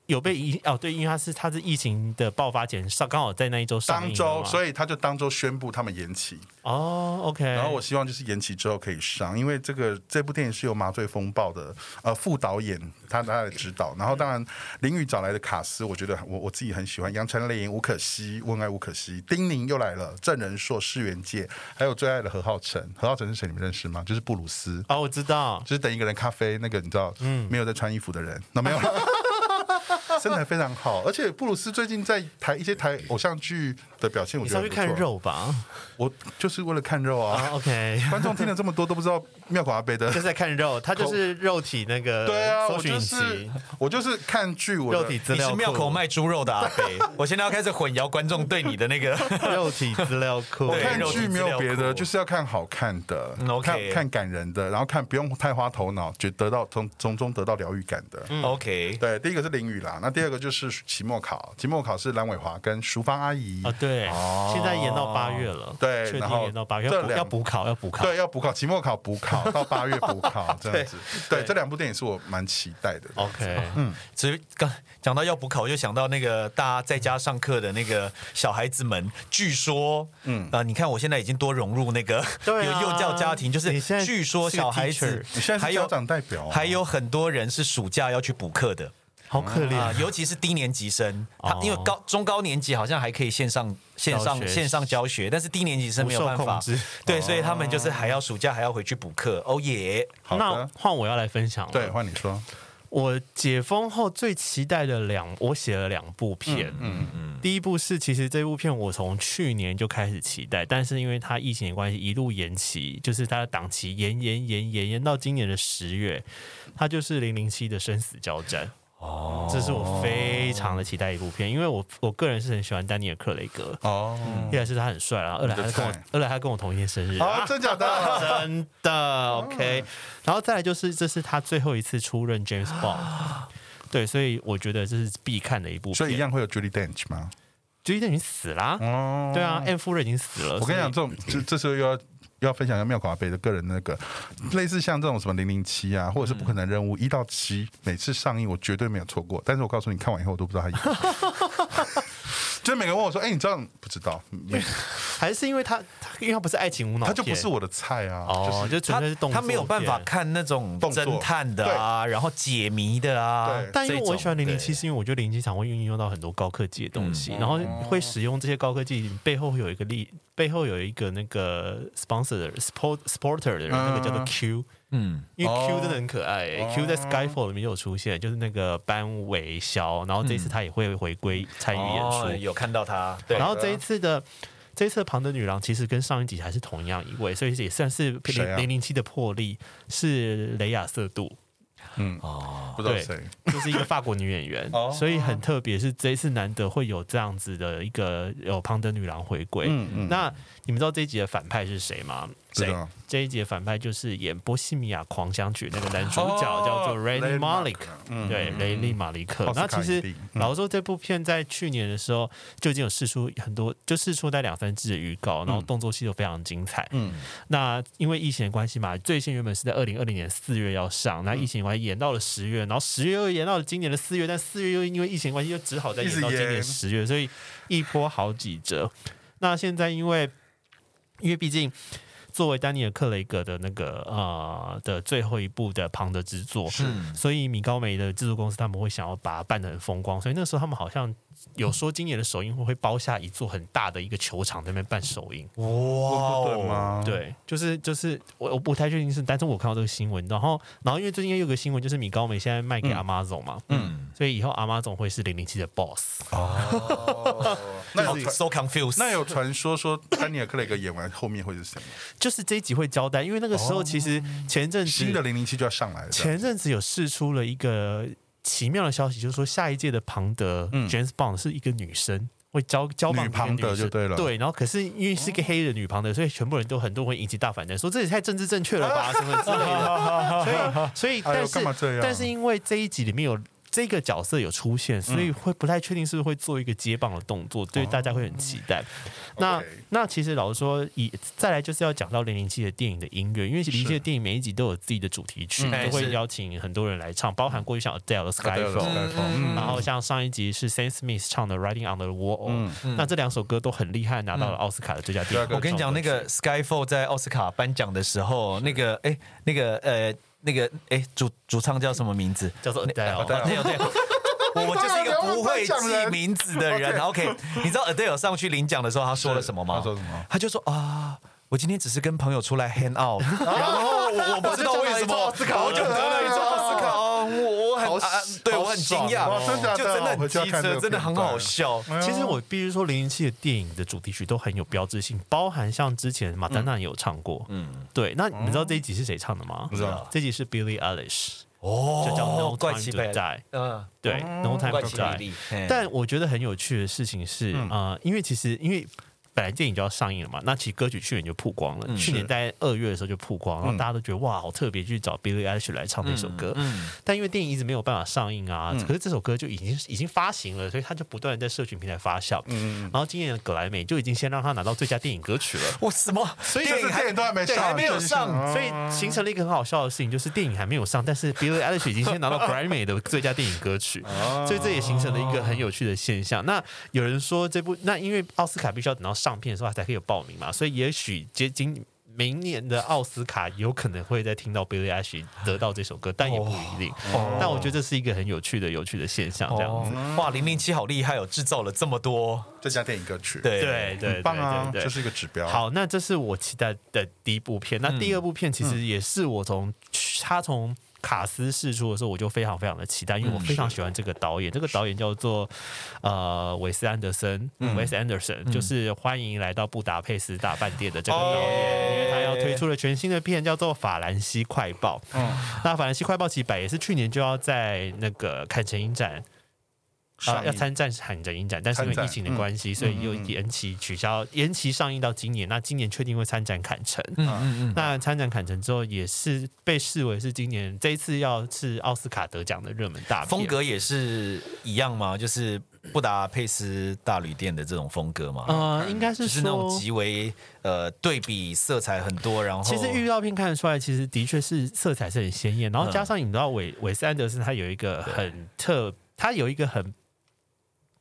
[SPEAKER 3] 有被疫哦，对，因为它是它是疫情的爆发前上，刚好在那一周上
[SPEAKER 2] 当
[SPEAKER 3] 映
[SPEAKER 2] 周，
[SPEAKER 3] 以
[SPEAKER 2] 所以他就当周宣布他们延期，
[SPEAKER 3] 哦，OK，
[SPEAKER 2] 然后我希望就是延期之后可以上，因为这个这部电影是由《麻醉风暴》的呃副导演他他来指导，然后当然林宇找来的卡斯，我觉得我我自己很喜欢杨丞琳、吴可希、温爱吴可希、丁宁又来了，郑仁硕、施元介，还有最爱的何浩晨。何浩晨是谁？你们认识吗？就是布鲁斯，
[SPEAKER 3] 哦，我知道
[SPEAKER 2] 就是等一个人咖啡那个你知道，嗯，没有在穿衣服的人，那没有了。 身材非常好，而且布鲁斯最近在台一些台偶像剧的表现，我
[SPEAKER 3] 你
[SPEAKER 2] 觉得
[SPEAKER 3] 上去
[SPEAKER 2] 很不错，
[SPEAKER 3] 看肉吧。
[SPEAKER 2] 我就是为了看肉啊。
[SPEAKER 3] 啊，OK，
[SPEAKER 2] 观众听了这么多都不知道妙口阿贝的
[SPEAKER 3] 就是在看肉，它就是肉体那 个
[SPEAKER 2] 对啊，
[SPEAKER 3] 搜
[SPEAKER 2] 我
[SPEAKER 3] 寻
[SPEAKER 2] 就
[SPEAKER 3] 引
[SPEAKER 2] 是
[SPEAKER 3] 擎、
[SPEAKER 2] 我就是看剧，我的
[SPEAKER 3] 肉体资
[SPEAKER 1] 你
[SPEAKER 3] 料
[SPEAKER 1] 是
[SPEAKER 3] 库、
[SPEAKER 1] 庙口卖猪肉的阿北，我现在要开始混淆观众对你的那 个。
[SPEAKER 3] 肉体资料库，
[SPEAKER 1] 我
[SPEAKER 2] 看
[SPEAKER 1] 肉体
[SPEAKER 2] 剧没有别
[SPEAKER 1] 资料
[SPEAKER 2] 的，
[SPEAKER 1] 库
[SPEAKER 2] 就是要看好看的
[SPEAKER 1] 嗯，，OK
[SPEAKER 2] 看看感人的，然后看不用太花头脑，觉得到从从中得到疗愈感的。
[SPEAKER 1] 嗯 OK，
[SPEAKER 2] 对，第一个是淋雨啦，那第二个就是期末考，期末考是蓝伟华跟淑芳阿姨。
[SPEAKER 3] 啊，对，现在延到八月了，
[SPEAKER 2] 对
[SPEAKER 3] 确
[SPEAKER 2] 然
[SPEAKER 3] 定
[SPEAKER 2] 后
[SPEAKER 3] 延到八月，
[SPEAKER 2] 这
[SPEAKER 3] 要补
[SPEAKER 2] 两
[SPEAKER 3] 要补考，要补考，
[SPEAKER 2] 对，要补考，期末考补考到八月补考这样子。对，这两部电影是我蛮期待的。
[SPEAKER 3] ，OK，
[SPEAKER 1] 所以刚讲到要补考，我就想到那个大家在家上课的那个小孩子们，据说，嗯啊，你看我现在已经多融入那个有
[SPEAKER 3] 对啊
[SPEAKER 1] 幼教家庭，就是
[SPEAKER 3] 你现在
[SPEAKER 1] 据说
[SPEAKER 3] 是个哦
[SPEAKER 1] 小孩
[SPEAKER 3] teacher
[SPEAKER 1] 子
[SPEAKER 2] 你现在
[SPEAKER 1] 还
[SPEAKER 2] 是家
[SPEAKER 1] 有
[SPEAKER 2] 长代表啊，
[SPEAKER 1] 还有很多人是暑假要去补课的。
[SPEAKER 3] 好可
[SPEAKER 1] 啊、
[SPEAKER 3] 怜，
[SPEAKER 1] 尤其是低年级生，他
[SPEAKER 3] 哦
[SPEAKER 1] 因为高中高年级好像还可以线上线
[SPEAKER 3] 教
[SPEAKER 1] 上
[SPEAKER 3] 学
[SPEAKER 1] 线上教学，但是低年级生没有办
[SPEAKER 3] 不受
[SPEAKER 1] 法
[SPEAKER 3] 控制，哦
[SPEAKER 1] 对，所以他们就是还要暑假还要回去补课。哦耶，
[SPEAKER 2] 好
[SPEAKER 3] 那
[SPEAKER 2] 的，
[SPEAKER 3] 换我要来分享了，
[SPEAKER 2] 对，换你说，
[SPEAKER 3] 我解封后最期待的两，我写了两部片。嗯嗯，第一部是其实这部片我从去年就开始期待，但是因为它疫情的关系一路延期，就是它的档期延延延延延到今年的十月，它就是零零七的生死交战。哦，这是我非常的期待一部片，因为我我个人是很喜欢丹尼尔·克雷格，
[SPEAKER 2] 哦，
[SPEAKER 3] 一来是他很帅啦，然后二来
[SPEAKER 2] 你的
[SPEAKER 3] 他跟我
[SPEAKER 2] 菜，哦
[SPEAKER 3] 二来他跟我同一天生日，
[SPEAKER 2] 好，真假的？
[SPEAKER 3] 真 的 OK。然后再来就是，这是他最后一次出任 James Bond，对，所以我觉得这是必看的一部片。
[SPEAKER 2] 所以一样会有 Judy Dench 吗？
[SPEAKER 3] ，Judy Dench 已经死啦，
[SPEAKER 2] 哦，
[SPEAKER 3] 对啊，M 夫人已经死了。
[SPEAKER 2] 我跟你讲，
[SPEAKER 3] 所
[SPEAKER 2] 这种这这时候又要又要分享一下妙口阿贝的个人那个，类似像这种什么零零七啊，或者是不可能任务一到七，每次上映我绝对没有错过。但是我告诉你，看完以后我都不知道他演什么。 就是每个人问我说：“哎、你知道不知道？ 没
[SPEAKER 3] 以还是因为他，他因为他不是爱情无脑
[SPEAKER 2] 他
[SPEAKER 3] 片，
[SPEAKER 2] 就不是我的菜啊。
[SPEAKER 3] 哦，
[SPEAKER 2] 就是
[SPEAKER 3] 就纯粹是动
[SPEAKER 1] 他
[SPEAKER 3] 作
[SPEAKER 1] 没有办法
[SPEAKER 3] 片。
[SPEAKER 1] 看那种
[SPEAKER 2] 动作
[SPEAKER 1] 侦探的啊，然后解谜的啊
[SPEAKER 2] 对，
[SPEAKER 3] 但因为我很喜欢
[SPEAKER 1] 这
[SPEAKER 3] 零
[SPEAKER 1] 种
[SPEAKER 3] 零七，，是因为我觉得零零七常会运用到很多高科技的东西，然后会使用这些高科技背后会有一个力，背后有一个那个 sponsor 的 sport supporter 的人，那个叫做 Q，
[SPEAKER 1] 对嗯，
[SPEAKER 3] 因为
[SPEAKER 2] 哦
[SPEAKER 3] Q 真的很可爱、欸 q 在 Skyfall 里面就有出现，就是那个班韦骁，然后这一
[SPEAKER 2] 嗯
[SPEAKER 3] 次他也会回归参与演出，
[SPEAKER 1] 哦有看到他，对，
[SPEAKER 2] 啊
[SPEAKER 3] 然后这一次的。这一次的庞德女郎其实跟上一集还是同样一位，所以也算是
[SPEAKER 2] 谁啊
[SPEAKER 3] 零零零七的魄力是雷亚 瑟杜，
[SPEAKER 2] 不知道
[SPEAKER 3] 哦对
[SPEAKER 2] 谁
[SPEAKER 3] 就是一个法国女演员
[SPEAKER 2] 哦，
[SPEAKER 3] 所以很特别，是这一次难得会有这样子的一个有庞德女郎回归。嗯那你们知道这一集的反派是谁吗？
[SPEAKER 2] 嗯知道
[SPEAKER 3] 这一集的反派就是演《波西米亚狂想曲》那个男主角，
[SPEAKER 2] 哦
[SPEAKER 3] 叫做 Rami
[SPEAKER 2] Rami
[SPEAKER 3] Malek，嗯
[SPEAKER 2] Malek，嗯
[SPEAKER 3] 对，雷利马利克
[SPEAKER 2] 奥。斯
[SPEAKER 3] 那
[SPEAKER 2] 卡
[SPEAKER 3] 其
[SPEAKER 2] 影
[SPEAKER 3] 实
[SPEAKER 2] 帝嗯
[SPEAKER 3] 老实说，这部片在去年的时候就已经有试出很多，就试出在两三支的预告，
[SPEAKER 2] 嗯
[SPEAKER 3] 然后动作戏都非常精彩。嗯，那因为疫情的关系嘛，最先原本是在二零二零年四月要上，
[SPEAKER 2] 嗯
[SPEAKER 3] 那疫情的关系延到了十月，然后十月又延到了今年的四月，但四月又因为疫情的关系又只好再
[SPEAKER 2] 一直
[SPEAKER 3] 延到今年
[SPEAKER 2] 延
[SPEAKER 3] 十月，所以一波好几折。那现在因为因为毕竟作为丹尼尔·克雷格的那个呃的最后一部的庞德之作，是，所以米高梅的制作公司他们会想要把它办得很风光，所以那时候他们好像有说今年的首映会会包下一座很大的一个球场在那边办首映。
[SPEAKER 1] 哇
[SPEAKER 2] 波士顿
[SPEAKER 1] 哦，
[SPEAKER 2] 吗？，
[SPEAKER 3] 对，就是就是我我不太确定是，但是我看到这个新闻，然后然后因为最近又有个新闻，就是米高梅现在卖给阿妈总嘛，嗯，所以以后阿妈总会是零零七的 boss，
[SPEAKER 2] 那有
[SPEAKER 1] 哦
[SPEAKER 2] 传
[SPEAKER 1] so confused，
[SPEAKER 2] 那有传说说 丹尼尔克雷格演完后面会是谁？
[SPEAKER 3] 就是这一集会交代，因为那个时候其实前阵子
[SPEAKER 2] 新的零零七就要上来了。
[SPEAKER 3] 前阵子有释出了一个奇妙的消息，就是说下一届的庞德、James Bond 是一个女生，会交交棒
[SPEAKER 2] 嗯女
[SPEAKER 3] 给一个
[SPEAKER 2] 庞德
[SPEAKER 3] 生
[SPEAKER 2] 就对了
[SPEAKER 3] 对，然后可是因为是一个黑人女庞德，所以全部人都很多人会引起大反弹，说这也太政治正确了 吧，什么之类的。所以，所以
[SPEAKER 2] 哎呦
[SPEAKER 3] 但是、
[SPEAKER 2] 干嘛这样
[SPEAKER 3] 但是因为这一集里面有。这个角色有出
[SPEAKER 2] 嗯
[SPEAKER 3] 现，所以会不太确定是不是会做一个接棒的动作，对大家会很期待。
[SPEAKER 2] 哦
[SPEAKER 3] 那
[SPEAKER 2] OK
[SPEAKER 3] 那其实老实说，以再来就是要讲到零零七的电影的音乐，因为零零七的电影每一集都有自己的主题曲，
[SPEAKER 1] 嗯
[SPEAKER 3] 都
[SPEAKER 1] 是嗯
[SPEAKER 3] 会邀请很多人来唱，包含过去像 Adele 的 Skyfall，、
[SPEAKER 2] 嗯
[SPEAKER 3] 然后像上一集是 Sam Smith 唱的 Riding on the Wall，、那
[SPEAKER 1] 嗯
[SPEAKER 3] 这两首歌都很厉害，拿到了奥斯卡的最佳电影。
[SPEAKER 2] 对
[SPEAKER 1] 我嗯啊跟你讲，那个 Skyfall 在奥斯卡颁奖的时候，那个哎，那个呃，那个哎，主主唱叫什么名字？
[SPEAKER 3] 叫做
[SPEAKER 1] 哦
[SPEAKER 3] Adele，
[SPEAKER 1] 对哦对 哦。我我就是一个不会记名字的人。OK，你知道 Adele 上去领奖的时候他说了什么吗？
[SPEAKER 2] 他说什么？
[SPEAKER 1] 他就说啊。我今天只是跟朋友出来 hang out，然后我我不知道为什么，我就得了一座奥斯卡，哦我我很
[SPEAKER 3] 好
[SPEAKER 1] 啊，对
[SPEAKER 3] 好
[SPEAKER 1] 我很惊
[SPEAKER 3] 爽啊
[SPEAKER 1] 讶
[SPEAKER 2] 哇，哦真的假的
[SPEAKER 1] 就真的
[SPEAKER 2] 我
[SPEAKER 1] 很
[SPEAKER 2] 回去要
[SPEAKER 1] 机
[SPEAKER 2] 看这
[SPEAKER 1] 车，
[SPEAKER 2] 个
[SPEAKER 1] 真的很
[SPEAKER 2] 片段
[SPEAKER 1] 好笑。
[SPEAKER 2] 哎呦
[SPEAKER 3] 其实我必须说，零零七的电影的主题曲都很有标志性，包含像之前马丹娜也有唱过，
[SPEAKER 1] 嗯，
[SPEAKER 3] 对。那你们知道这一集是谁唱的吗？
[SPEAKER 2] 不知道
[SPEAKER 3] 这一集是 Billie Eilish，
[SPEAKER 1] 哦
[SPEAKER 3] 就叫 No
[SPEAKER 1] 怪
[SPEAKER 3] Time
[SPEAKER 1] 奇
[SPEAKER 3] to
[SPEAKER 1] 贝，
[SPEAKER 3] Die，
[SPEAKER 1] 嗯，
[SPEAKER 3] 对
[SPEAKER 2] 哦
[SPEAKER 3] ，No Time
[SPEAKER 1] 怪
[SPEAKER 3] to
[SPEAKER 1] 奇
[SPEAKER 3] Die
[SPEAKER 1] 比。利，嘿
[SPEAKER 3] 但我觉得很有趣的事情是，
[SPEAKER 2] 嗯
[SPEAKER 3] 呃，因为其实因为本来电影就要上映了嘛，那其实歌曲去年就曝光了，
[SPEAKER 1] 嗯
[SPEAKER 3] 去年在二月的时候就曝光，然后
[SPEAKER 2] 嗯
[SPEAKER 3] 大家都觉得哇，好特别，去找 Billie Eilish 来唱那首歌。
[SPEAKER 1] 嗯，
[SPEAKER 3] 但因为电影一直没有办法上映啊，
[SPEAKER 2] 嗯
[SPEAKER 3] 可是这首歌就已经已经发行了，所以它就不断的在社群平台发酵。
[SPEAKER 2] 嗯，
[SPEAKER 3] 然后今年的葛莱美就已经先让他拿到最佳电影歌曲了，
[SPEAKER 1] 我什么？
[SPEAKER 3] 所以
[SPEAKER 2] 就
[SPEAKER 1] 电
[SPEAKER 2] 是
[SPEAKER 1] 影还
[SPEAKER 2] 电影都还没
[SPEAKER 1] 对
[SPEAKER 2] 上，哦
[SPEAKER 1] 还没有上
[SPEAKER 3] 所以形成了一个很好笑的事情，就是电影还没有上，但是 Billie Eilish 已经先拿到 Grammy 的最佳电影歌曲，
[SPEAKER 2] 哦
[SPEAKER 3] 所以这也形成了一个很有趣的现象。那有人说这部，那因为奥斯卡必须要等到上片的时候它才可以有报名嘛，所以也许接近。明年的奥斯卡有可能会再听到 Billie Eilish 得到这首歌，但也不一定。
[SPEAKER 2] 哦
[SPEAKER 3] 但我觉得这是一个很有趣的、有趣的现象，这样子。
[SPEAKER 1] 哦哇，零零七好厉害哦，制造了这么多，
[SPEAKER 2] 这家电影歌曲，，
[SPEAKER 1] 对
[SPEAKER 3] 对，对对
[SPEAKER 2] 很棒啊，
[SPEAKER 3] 对对
[SPEAKER 2] 这是一个指标。，
[SPEAKER 3] 好，那这是我期待的第一部片。那第二部片其
[SPEAKER 2] 嗯
[SPEAKER 3] 实也是我从、他从卡斯试出的时候，我就非常非常的期待，因为我非常喜欢这个导演。这个导演叫做呃韦斯安德森，
[SPEAKER 2] 嗯
[SPEAKER 3] 韦、斯安德森、就是欢迎来到布达佩斯大饭店的这个导演。因为他要推出了全新的片，叫做《法兰西快报》。
[SPEAKER 2] 嗯，
[SPEAKER 3] 那《法兰西快报》其实本来也是去年就要在那个坎城影展啊、
[SPEAKER 2] 上
[SPEAKER 3] 要
[SPEAKER 2] 映
[SPEAKER 3] 参战喊着影展，但是因为疫情
[SPEAKER 1] 嗯
[SPEAKER 3] 的关系，所以又延期取消，延期上映到今年。那今年确定会参展坎城。啊
[SPEAKER 1] 嗯嗯嗯，
[SPEAKER 3] 那参展坎城之后，也是被视为是今年这一次要是奥斯卡得奖的热门大啊片
[SPEAKER 1] 风。格也是一样吗？就是布达佩斯大旅店的这种风格吗？
[SPEAKER 3] 呃，应该是
[SPEAKER 1] 就是那种
[SPEAKER 3] 说，
[SPEAKER 1] 极为呃对比色彩很多，然后嗯
[SPEAKER 3] 其实预告片看得出来，其实的确是色彩是很鲜艳，然后加上你知道韦韦斯安德森他有一个很特，他有一个很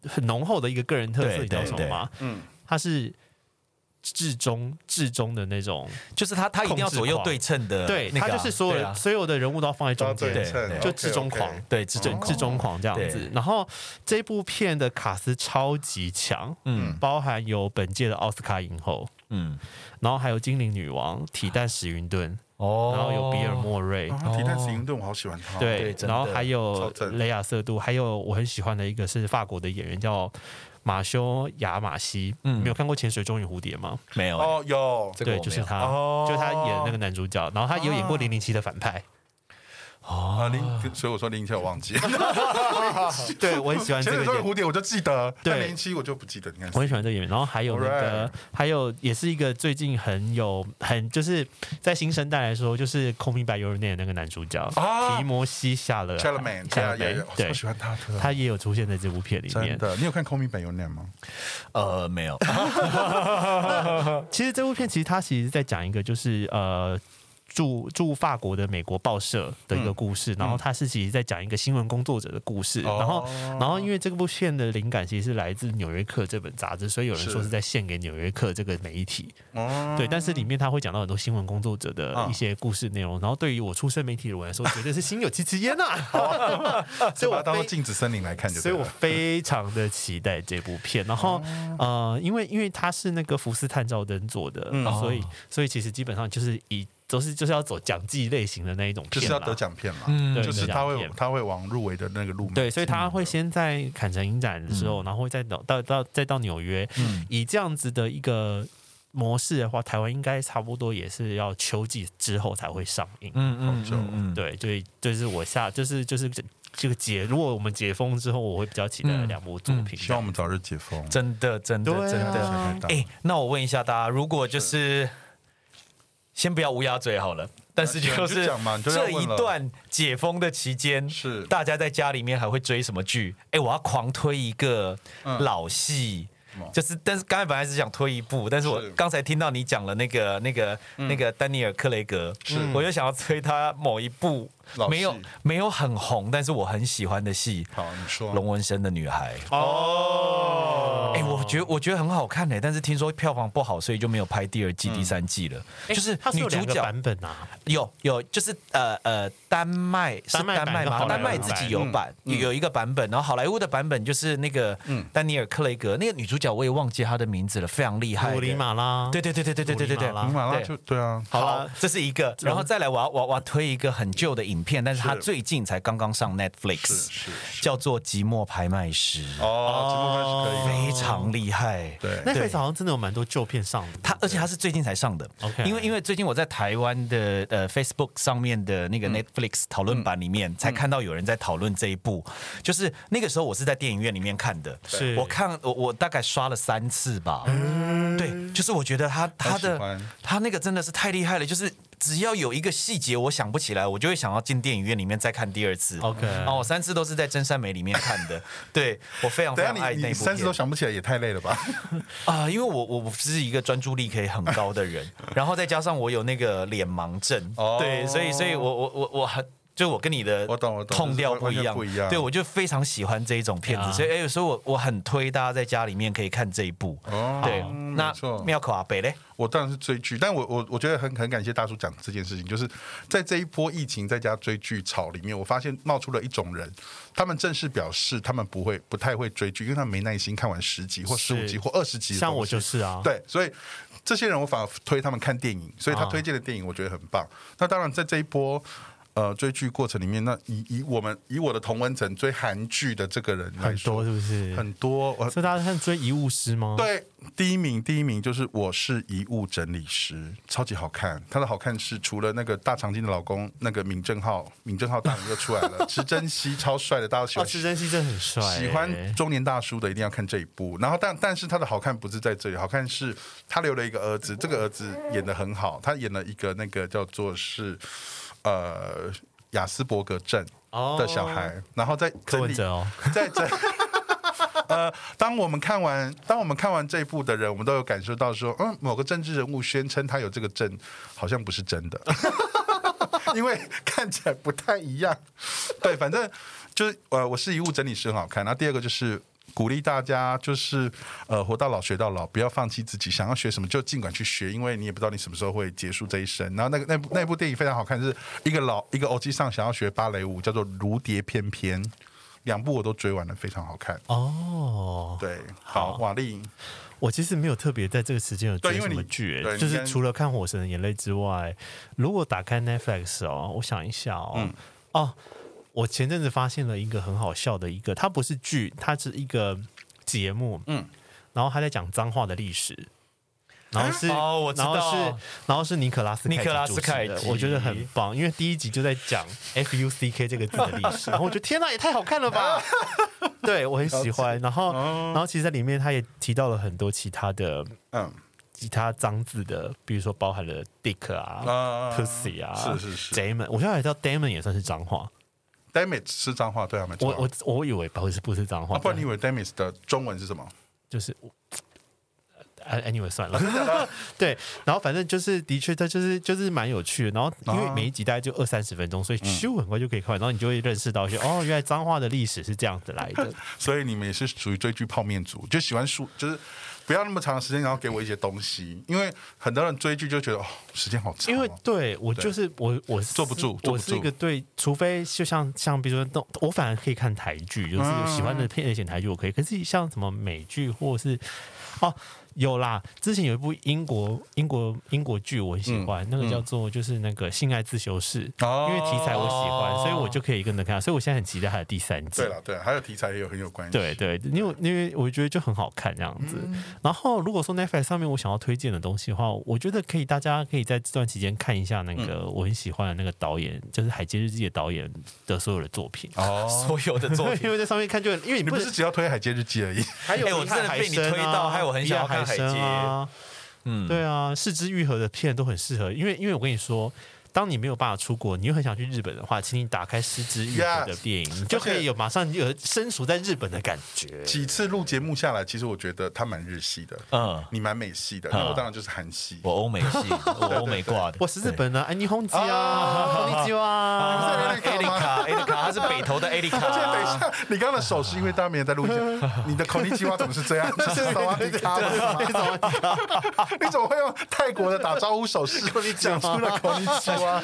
[SPEAKER 3] 很浓厚的一个个人特色，
[SPEAKER 1] 对
[SPEAKER 3] 你知道
[SPEAKER 1] 对
[SPEAKER 3] 什么
[SPEAKER 1] 对
[SPEAKER 3] 吗？
[SPEAKER 2] 嗯，
[SPEAKER 3] 他是至中至中的那种。
[SPEAKER 1] 就是他他一定要
[SPEAKER 3] 控制
[SPEAKER 1] 左右
[SPEAKER 3] 狂
[SPEAKER 1] 对称的那个啊、
[SPEAKER 3] 对他就是所有
[SPEAKER 1] 对
[SPEAKER 3] 人、
[SPEAKER 1] 啊
[SPEAKER 3] 所有的人物都要放在中
[SPEAKER 2] 啊哦对
[SPEAKER 3] 间，
[SPEAKER 1] 对
[SPEAKER 3] 就至中狂，
[SPEAKER 1] 对，至
[SPEAKER 3] 至
[SPEAKER 1] 尊
[SPEAKER 3] 至中狂这样子
[SPEAKER 1] 哦对。
[SPEAKER 3] 然后这部片的卡斯超级强，
[SPEAKER 1] 嗯
[SPEAKER 3] 包含有本届的奥斯卡影后，
[SPEAKER 1] 嗯
[SPEAKER 3] 然后还有精灵女王体蛋史云顿，
[SPEAKER 1] 哦
[SPEAKER 3] 然后有比尔莫瑞。
[SPEAKER 2] 啊，提蛋史云顿，我好喜欢他。
[SPEAKER 1] 对
[SPEAKER 3] 对，
[SPEAKER 1] 真的
[SPEAKER 3] 然后还有
[SPEAKER 2] 超正
[SPEAKER 3] 雷亚瑟杜，还有我很喜欢的一个是法国的演员叫马修亚马西，
[SPEAKER 1] 嗯
[SPEAKER 3] 你没有看过《潜水钟与蝴蝶》吗？
[SPEAKER 1] 没有、
[SPEAKER 2] 哦，有
[SPEAKER 1] 这个
[SPEAKER 3] 对，
[SPEAKER 1] 我
[SPEAKER 3] 就是
[SPEAKER 1] 没有
[SPEAKER 3] 他，
[SPEAKER 2] 哦
[SPEAKER 3] 就他演那个男主角，然后他也有演过《零零七》的反派，
[SPEAKER 2] 啊，零，所以我说零七我忘记。
[SPEAKER 3] 对我很喜欢这
[SPEAKER 2] 前
[SPEAKER 3] 个
[SPEAKER 2] 面都有
[SPEAKER 3] 演
[SPEAKER 2] 蝴蝶，我就记得，
[SPEAKER 3] 对
[SPEAKER 2] 但零七我就不记得。你看
[SPEAKER 3] 我，很喜欢这个演员，然后还有那个
[SPEAKER 2] Alright
[SPEAKER 3] 还有也是一个最近很有很就是在新生代来说，就是《空明白 Your Name》的那个男主角、
[SPEAKER 2] 啊
[SPEAKER 3] 提摩西夏勒
[SPEAKER 2] c h a l m a n
[SPEAKER 3] 夏
[SPEAKER 2] 对啊，
[SPEAKER 3] 勒梅
[SPEAKER 2] 也有，我
[SPEAKER 3] 对
[SPEAKER 2] 超，喜欢他的。
[SPEAKER 3] 他也有出现在这部片里
[SPEAKER 2] 真
[SPEAKER 3] 面。
[SPEAKER 2] 的，你有看《空明本有念》吗？
[SPEAKER 1] 呃没有，
[SPEAKER 3] 其实这部片其实它其实在讲一个就是呃。驻驻法国的美国报社的一
[SPEAKER 2] 嗯
[SPEAKER 3] 个故事，然后它是其实在讲一个新闻工作者的故事，
[SPEAKER 2] 哦
[SPEAKER 3] 然后然后因为这部片的灵感其实是来自《纽约客》这本杂志，所以有人
[SPEAKER 2] 是
[SPEAKER 3] 说是在献给《纽约客》这个媒体，
[SPEAKER 2] 哦，
[SPEAKER 3] 对，但是里面他会讲到很多新闻工作者
[SPEAKER 2] 啊
[SPEAKER 3] 的一些故事内容，然后对于我出身媒体的我来说，绝对是心有戚戚焉呐。所
[SPEAKER 2] 嗯
[SPEAKER 3] 以
[SPEAKER 2] 把它
[SPEAKER 3] 我
[SPEAKER 2] 当做
[SPEAKER 3] 非
[SPEAKER 2] 镜子森林 来看就
[SPEAKER 3] 所
[SPEAKER 2] 对
[SPEAKER 3] 以我
[SPEAKER 2] 了。
[SPEAKER 3] 非常的期待这部片。然后呃，因为因为他是那个福斯探照灯做的，
[SPEAKER 2] 哦嗯
[SPEAKER 3] 所以所以其实基本上就是以都是就是要走奖季类型的那一种
[SPEAKER 2] 就是
[SPEAKER 3] 片
[SPEAKER 2] 要
[SPEAKER 3] 啦，
[SPEAKER 2] 得奖片嘛，
[SPEAKER 1] 嗯
[SPEAKER 2] 就是他
[SPEAKER 3] 得奖
[SPEAKER 2] 会
[SPEAKER 3] 片
[SPEAKER 2] 他会往入围的那个路嘛。
[SPEAKER 3] 对，所以他会先在坎城影展的时
[SPEAKER 2] 嗯
[SPEAKER 3] 候，然后会再到到到再到纽约，以这样子的一个模式的话，台湾应该差不多也是要秋季之后才会上映。
[SPEAKER 1] 嗯
[SPEAKER 2] 好久
[SPEAKER 1] 嗯，
[SPEAKER 3] 对，所以就是我下就是就是这这个解，如果我们解封之后，我会比较期待
[SPEAKER 1] 嗯
[SPEAKER 3] 的两部作品。
[SPEAKER 2] 希望我们早日解封。
[SPEAKER 1] 真的真的
[SPEAKER 3] 对啊
[SPEAKER 1] 真的，哎、
[SPEAKER 2] 太大
[SPEAKER 1] 那我问一下大家，如果就是先不要乌鸦嘴好了，但是
[SPEAKER 2] 啊你
[SPEAKER 1] 是
[SPEAKER 2] 就讲嘛你就要
[SPEAKER 1] 这一
[SPEAKER 2] 问了
[SPEAKER 1] 段解封的期间
[SPEAKER 2] 是
[SPEAKER 1] 大家在家里面还会追什么剧？哎、我要狂推一个老戏。
[SPEAKER 2] 嗯么
[SPEAKER 1] 就是，但是刚才本来是想推一部，但是我
[SPEAKER 2] 是嗯
[SPEAKER 1] 刚才听到你讲了那个、那个、那个丹尼尔·克雷格，我就想要推他某一部
[SPEAKER 2] 老戏
[SPEAKER 1] 没有没有很红，但是我很喜欢的戏
[SPEAKER 2] 好，你啊
[SPEAKER 1] 《
[SPEAKER 2] 说
[SPEAKER 1] 龙纹身的女孩》。
[SPEAKER 3] 哦
[SPEAKER 1] 哎、我觉得我觉得很好看呢、欸但是听说票房不好，所以就没有拍第二季、第三季了。就是
[SPEAKER 3] 哎它是
[SPEAKER 1] 女
[SPEAKER 3] 有
[SPEAKER 1] 主
[SPEAKER 3] 两个
[SPEAKER 1] 角
[SPEAKER 3] 版本啊，
[SPEAKER 1] 有有，就是呃呃，丹麦是
[SPEAKER 3] 丹麦版
[SPEAKER 1] 丹麦
[SPEAKER 3] 跟
[SPEAKER 1] 吗？
[SPEAKER 3] 好莱
[SPEAKER 1] 丹
[SPEAKER 3] 坞
[SPEAKER 1] 麦自己有版，有有一个版本，然后好莱坞的版本就是那个丹尼尔·克雷格那个女主角，我也忘记她的名字了，非常厉害
[SPEAKER 3] 古
[SPEAKER 1] 的。
[SPEAKER 3] 里马拉，
[SPEAKER 1] 对对对对对对对对
[SPEAKER 3] 古里
[SPEAKER 1] 对
[SPEAKER 3] 马拉。
[SPEAKER 2] 尼玛拉
[SPEAKER 1] 对
[SPEAKER 2] 就对啊，
[SPEAKER 3] 好
[SPEAKER 1] 好
[SPEAKER 3] 啦，
[SPEAKER 1] 这是一个，然后再来我要，我要我要推一个很旧的影片，但是它
[SPEAKER 2] 是
[SPEAKER 1] 最近才刚刚上 Netflix，
[SPEAKER 2] 是是
[SPEAKER 1] 叫做《寂寞拍卖师》，
[SPEAKER 2] 哦，直播开始可以
[SPEAKER 1] 非常厉害。
[SPEAKER 2] 对
[SPEAKER 3] 那
[SPEAKER 1] 对
[SPEAKER 3] Netflix 好像真的有蛮多旧片上的，
[SPEAKER 1] 它而且它是最近才上的
[SPEAKER 3] OK
[SPEAKER 1] 因为因为最近我在台湾的呃 Facebook 上面的那个
[SPEAKER 2] 嗯
[SPEAKER 1] Netflix 讨论版里面，才看到有人在讨论这一部，就是那个时候我是在电影院里面看的，
[SPEAKER 3] 是
[SPEAKER 1] 我看我我大概刷了三次吧，对，就是我觉得他他
[SPEAKER 2] 嗯喜
[SPEAKER 1] 的
[SPEAKER 2] 欢
[SPEAKER 1] 他那个真的是太厉害了，就是只要有一个细节我想不起来，我就会想要进电影院里面再看第二次。
[SPEAKER 3] OK
[SPEAKER 1] 然后我三次都是在真善美里面看的， 对我非常非
[SPEAKER 2] 等
[SPEAKER 1] 常
[SPEAKER 2] 一下
[SPEAKER 1] 爱
[SPEAKER 2] 你
[SPEAKER 1] 那
[SPEAKER 2] 你
[SPEAKER 1] 部
[SPEAKER 2] 三十
[SPEAKER 1] 片
[SPEAKER 2] 都。想不起来，也太累了吧？
[SPEAKER 1] 啊、因为我我我是一个专注力可以很高的 人，然后再加上我有那个脸盲症，
[SPEAKER 2] 哦
[SPEAKER 1] 对，所以所以我我我我很。就我跟你的
[SPEAKER 2] 我懂我懂
[SPEAKER 1] 痛调
[SPEAKER 2] 就是
[SPEAKER 1] 不
[SPEAKER 2] 完
[SPEAKER 1] 一
[SPEAKER 2] 全
[SPEAKER 1] 样，
[SPEAKER 2] 不一样啊
[SPEAKER 1] 对我就非常喜欢这一种片子，
[SPEAKER 3] 呀
[SPEAKER 1] 所以哎、所以我我很推大家在家里面可以看这一部。
[SPEAKER 2] 哦
[SPEAKER 1] 对，那
[SPEAKER 2] 没错
[SPEAKER 1] 妙可阿北嘞，
[SPEAKER 2] 我当然是追剧，但我我我觉得很很感谢大叔讲这件事情，就是在这一波疫情在家追剧潮里面，我发现冒出了一种人，他们正式表示他们不会不太会追剧，因为他们没耐心看完十集或十五集
[SPEAKER 3] 是
[SPEAKER 2] 或二十集的东西，
[SPEAKER 3] 像我就是啊，
[SPEAKER 2] 对，所以这些人我反而推他们看电影，所以他推荐的电影我觉得很棒。那当然，在这一波呃追剧过程里面，那以以我们以我的同温层追韩剧的这个人来
[SPEAKER 3] 很
[SPEAKER 2] 说，
[SPEAKER 3] 多是不是？
[SPEAKER 2] 很多我
[SPEAKER 3] 所以大家看追遗物师吗？，
[SPEAKER 2] 对第一名第一名就是我是遗物整理师，超级好看。他的好看是除了那个大长今的老公那个闵正浩，闵正浩大人又出来 了，池珍熙超帅的，大家都喜
[SPEAKER 3] 哦，
[SPEAKER 2] 欢。
[SPEAKER 3] 池珍熙真的很帅欸，
[SPEAKER 2] 喜欢中年大叔的一定要看这一部。然后但但是他的好看不是在这里，好看是他留了一个儿子，这个儿子演的很好，他演了一个那个叫做是呃雅斯伯格症
[SPEAKER 3] 哦
[SPEAKER 2] 的小孩，然后在
[SPEAKER 3] 柯
[SPEAKER 2] 整
[SPEAKER 3] 文
[SPEAKER 2] 理
[SPEAKER 3] 哲哦，
[SPEAKER 2] 在整。呃，当我们看完，当我们看完这一部的人，我们都有感受到说，嗯，某个政治人物宣称他有这个证，好像不是真的， 因为看起来不太一样。对，反正就是呃，我是遗物整理师很好看。然后第二个就是鼓励大家，就是呃，活到老学到老，不要放弃自己，想要学什么就尽管去学，因为你也不知道你什么时候会结束这一生。然后那个那部那部电影非常好看，是一个老一个欧基上想要学芭蕾舞，叫做《如蝶翩翩》，两部我都追完了，非常好看。
[SPEAKER 3] 哦，
[SPEAKER 2] 对，好，瓦力，
[SPEAKER 3] 我其实没有特别在这个时间有
[SPEAKER 2] 对
[SPEAKER 3] 追
[SPEAKER 2] 因为
[SPEAKER 3] 什么
[SPEAKER 2] 你
[SPEAKER 3] 剧
[SPEAKER 2] 对
[SPEAKER 3] 欸，
[SPEAKER 2] 你
[SPEAKER 3] 就
[SPEAKER 2] 应该
[SPEAKER 3] 是除了看《火神的眼泪》之外，如果打开 Netflix 哦，我想一下哦，
[SPEAKER 2] 嗯
[SPEAKER 3] 哦，我前阵子发现了一个很好笑的一个，它不是剧，它是一个节目，嗯，然后他在讲脏话的历史。然后是，
[SPEAKER 1] 哦我知
[SPEAKER 3] 然后是
[SPEAKER 1] 道，
[SPEAKER 3] 然后是尼可拉斯
[SPEAKER 1] 尼可拉
[SPEAKER 3] 主
[SPEAKER 1] 斯
[SPEAKER 3] 持
[SPEAKER 1] 凯
[SPEAKER 3] 的
[SPEAKER 1] 奇
[SPEAKER 3] 我觉得很棒，因为第一集就在讲 F U C K 这个字的历史，然后我觉得天哪，也太好看了吧！对我很喜欢。然后，然后其实在里面他也提到了很多其他的
[SPEAKER 2] 嗯，
[SPEAKER 3] 其他脏字的，比如说包含了 dick 啊、
[SPEAKER 2] 啊
[SPEAKER 3] pussy 啊、
[SPEAKER 2] 是是是
[SPEAKER 3] demon。我现在知道 demon 也算是脏话，
[SPEAKER 2] ，damage 是脏话，对啊，没错
[SPEAKER 3] 我
[SPEAKER 2] 啊。
[SPEAKER 3] 我我以为不是不是脏话，
[SPEAKER 2] 啊，不然你以为 damage 的中文是什么？
[SPEAKER 3] 就是。呃 anyway，算了， 对，然后反正就是，的确，它就是就是蛮有趣的。然后因为
[SPEAKER 2] 啊
[SPEAKER 3] 每一集大概就二三十分钟，所以咻很快就可以看完，然后你就会认识到一些哦，原来脏话的历史是这样子来的。
[SPEAKER 2] 所以你们也是属于追剧泡面族，就喜欢数，就是不要那么长的时间，然后给我一些东西，因为很多人追剧就觉得哦，时间好长、哦，
[SPEAKER 3] 因为对我
[SPEAKER 2] 对
[SPEAKER 3] 就是我，我是
[SPEAKER 2] 坐不住坐不
[SPEAKER 3] 我是一
[SPEAKER 2] 住
[SPEAKER 3] 个对，除非就像像比如说那种，我反而可以看台剧，就是喜欢
[SPEAKER 2] 嗯
[SPEAKER 3] 的片类型台剧我可以，可是像什么美剧或是哦有啦，之前有一部英国英国英国剧我很喜
[SPEAKER 2] 嗯
[SPEAKER 3] 欢，那个叫做就是那个《性爱自修室》，
[SPEAKER 2] 哦
[SPEAKER 3] 因为题材我喜欢，所以我就可以跟着看，所以我现在很期待它的第三季
[SPEAKER 2] 对。了对了，还有题材也有很有关系。
[SPEAKER 3] 对对，因为因为我觉得就很好看这样子。
[SPEAKER 1] 嗯
[SPEAKER 3] 然后如果说 Netflix 上面我想要推荐的东西的话，我觉得可以，大家可以在这段期间看一下那个、
[SPEAKER 1] 嗯
[SPEAKER 3] 我很喜欢的那个导演，就是《海街日记》的导演的所有的作品。
[SPEAKER 2] 哦，
[SPEAKER 1] 所有的作品
[SPEAKER 3] 因为在上面看就，因为
[SPEAKER 2] 你
[SPEAKER 3] 你不
[SPEAKER 2] 不
[SPEAKER 3] 是
[SPEAKER 2] 是只要推《海街日记》而已，
[SPEAKER 3] 还有
[SPEAKER 1] 哎我
[SPEAKER 3] 遗憾
[SPEAKER 1] 真的
[SPEAKER 3] 海
[SPEAKER 1] 被你
[SPEAKER 3] 参
[SPEAKER 1] 推
[SPEAKER 3] 啊
[SPEAKER 1] 到害我很
[SPEAKER 3] 遗
[SPEAKER 1] 想
[SPEAKER 3] 憾
[SPEAKER 1] 要看
[SPEAKER 3] 海
[SPEAKER 1] 海
[SPEAKER 3] 参啊
[SPEAKER 1] 街
[SPEAKER 3] 啊。嗯，对啊，四肢愈合的片都很适合，因为因为我跟你说，当你没有办法出国，你又很想去日本的话，请你打开失之愈合的
[SPEAKER 2] Yes
[SPEAKER 3] 电影你就可以有马上有身处在日本的感觉。
[SPEAKER 2] 几次录节目下来，其实我觉得他蛮日系的，
[SPEAKER 1] 嗯，
[SPEAKER 2] 你蛮美系的，那我当然就是韩系。
[SPEAKER 1] 我欧美 系，我欧美挂的，
[SPEAKER 3] 我是日本人，安妮红子啊，
[SPEAKER 2] 啊
[SPEAKER 1] 哦
[SPEAKER 2] 哎
[SPEAKER 3] こんにち
[SPEAKER 2] 你不是
[SPEAKER 3] は。
[SPEAKER 1] 啊。艾
[SPEAKER 2] 在那
[SPEAKER 1] 丽
[SPEAKER 2] 里干嘛
[SPEAKER 1] 卡，艾丽卡，她是北投 的艾丽
[SPEAKER 2] 而且等
[SPEAKER 1] 卡。
[SPEAKER 2] 一下，你刚刚的手是因为大家没有在录节 目，你的口令计划怎么是这 样？就是手啊，你卡吗？ 你怎么会用泰国的打招呼手势 讲出了口令计划？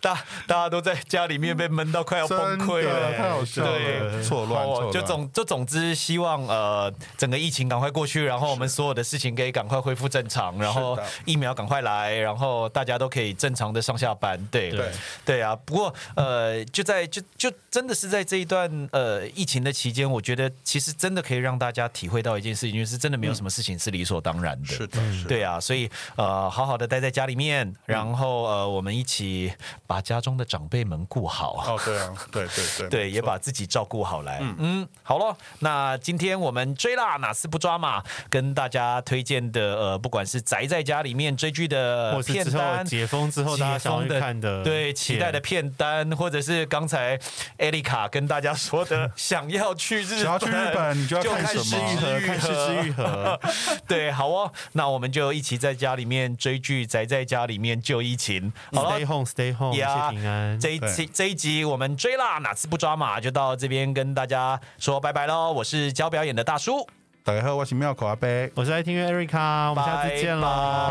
[SPEAKER 1] 大大家都在家里面被闷到快要崩溃
[SPEAKER 2] 真
[SPEAKER 1] 了，
[SPEAKER 2] 的太好笑了
[SPEAKER 1] 对
[SPEAKER 2] 错乱
[SPEAKER 1] 好哦
[SPEAKER 2] 错乱
[SPEAKER 1] 就总就总之，希望呃整个疫情赶快过去，然后我们所有的事情可以赶快恢复正常，然后
[SPEAKER 2] 是的
[SPEAKER 1] 疫苗赶快来，然后大家都可以正常的上下班。对
[SPEAKER 2] 对
[SPEAKER 1] 对啊，不过呃就在就就真的是在这一段呃疫情的期间，我觉得其实真的可以让大家体会到一件事情，就是真的没有什么事情是理所当然的。
[SPEAKER 2] 嗯是的，是的。
[SPEAKER 1] 对啊，所以呃，好好的待在家里面，然后呃，我们一起把家中的长辈们顾好，
[SPEAKER 2] 哦，对啊，对对对，
[SPEAKER 1] 对，
[SPEAKER 2] 没
[SPEAKER 1] 也
[SPEAKER 2] 错
[SPEAKER 1] 把自己照顾好来。嗯，好了，那今天我们追啦，哪次不抓嘛？跟大家推荐的呃，不管是宅在家里面追剧的
[SPEAKER 3] 或是
[SPEAKER 1] 片
[SPEAKER 3] 之后
[SPEAKER 1] 单。
[SPEAKER 3] 解封之后，大家
[SPEAKER 1] 解
[SPEAKER 3] 想要
[SPEAKER 1] 封
[SPEAKER 3] 去看的，
[SPEAKER 1] 对期待的片单，或者是刚才艾丽卡跟大家说的，想要去日本，
[SPEAKER 2] 想要去日本你就要看
[SPEAKER 1] 看
[SPEAKER 2] 什么
[SPEAKER 1] 失
[SPEAKER 3] 愈合，
[SPEAKER 1] 之愈
[SPEAKER 3] 看失
[SPEAKER 1] 合
[SPEAKER 3] 之愈合。
[SPEAKER 1] 对，好哦，那我们就一起在家里面追剧，宅在家里面救疫情。好了
[SPEAKER 3] Stay。home，Stay home，一
[SPEAKER 1] 呀
[SPEAKER 3] 切平安。
[SPEAKER 1] 这一期这一集我们追啦，哪次不抓马就到这边跟大家说拜拜喽！我是教表演的大叔，
[SPEAKER 2] 大家好，我是妙口阿贝。
[SPEAKER 3] 我是爱听乐 Erica，我们下次见喽，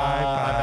[SPEAKER 1] 拜拜
[SPEAKER 3] 拜拜。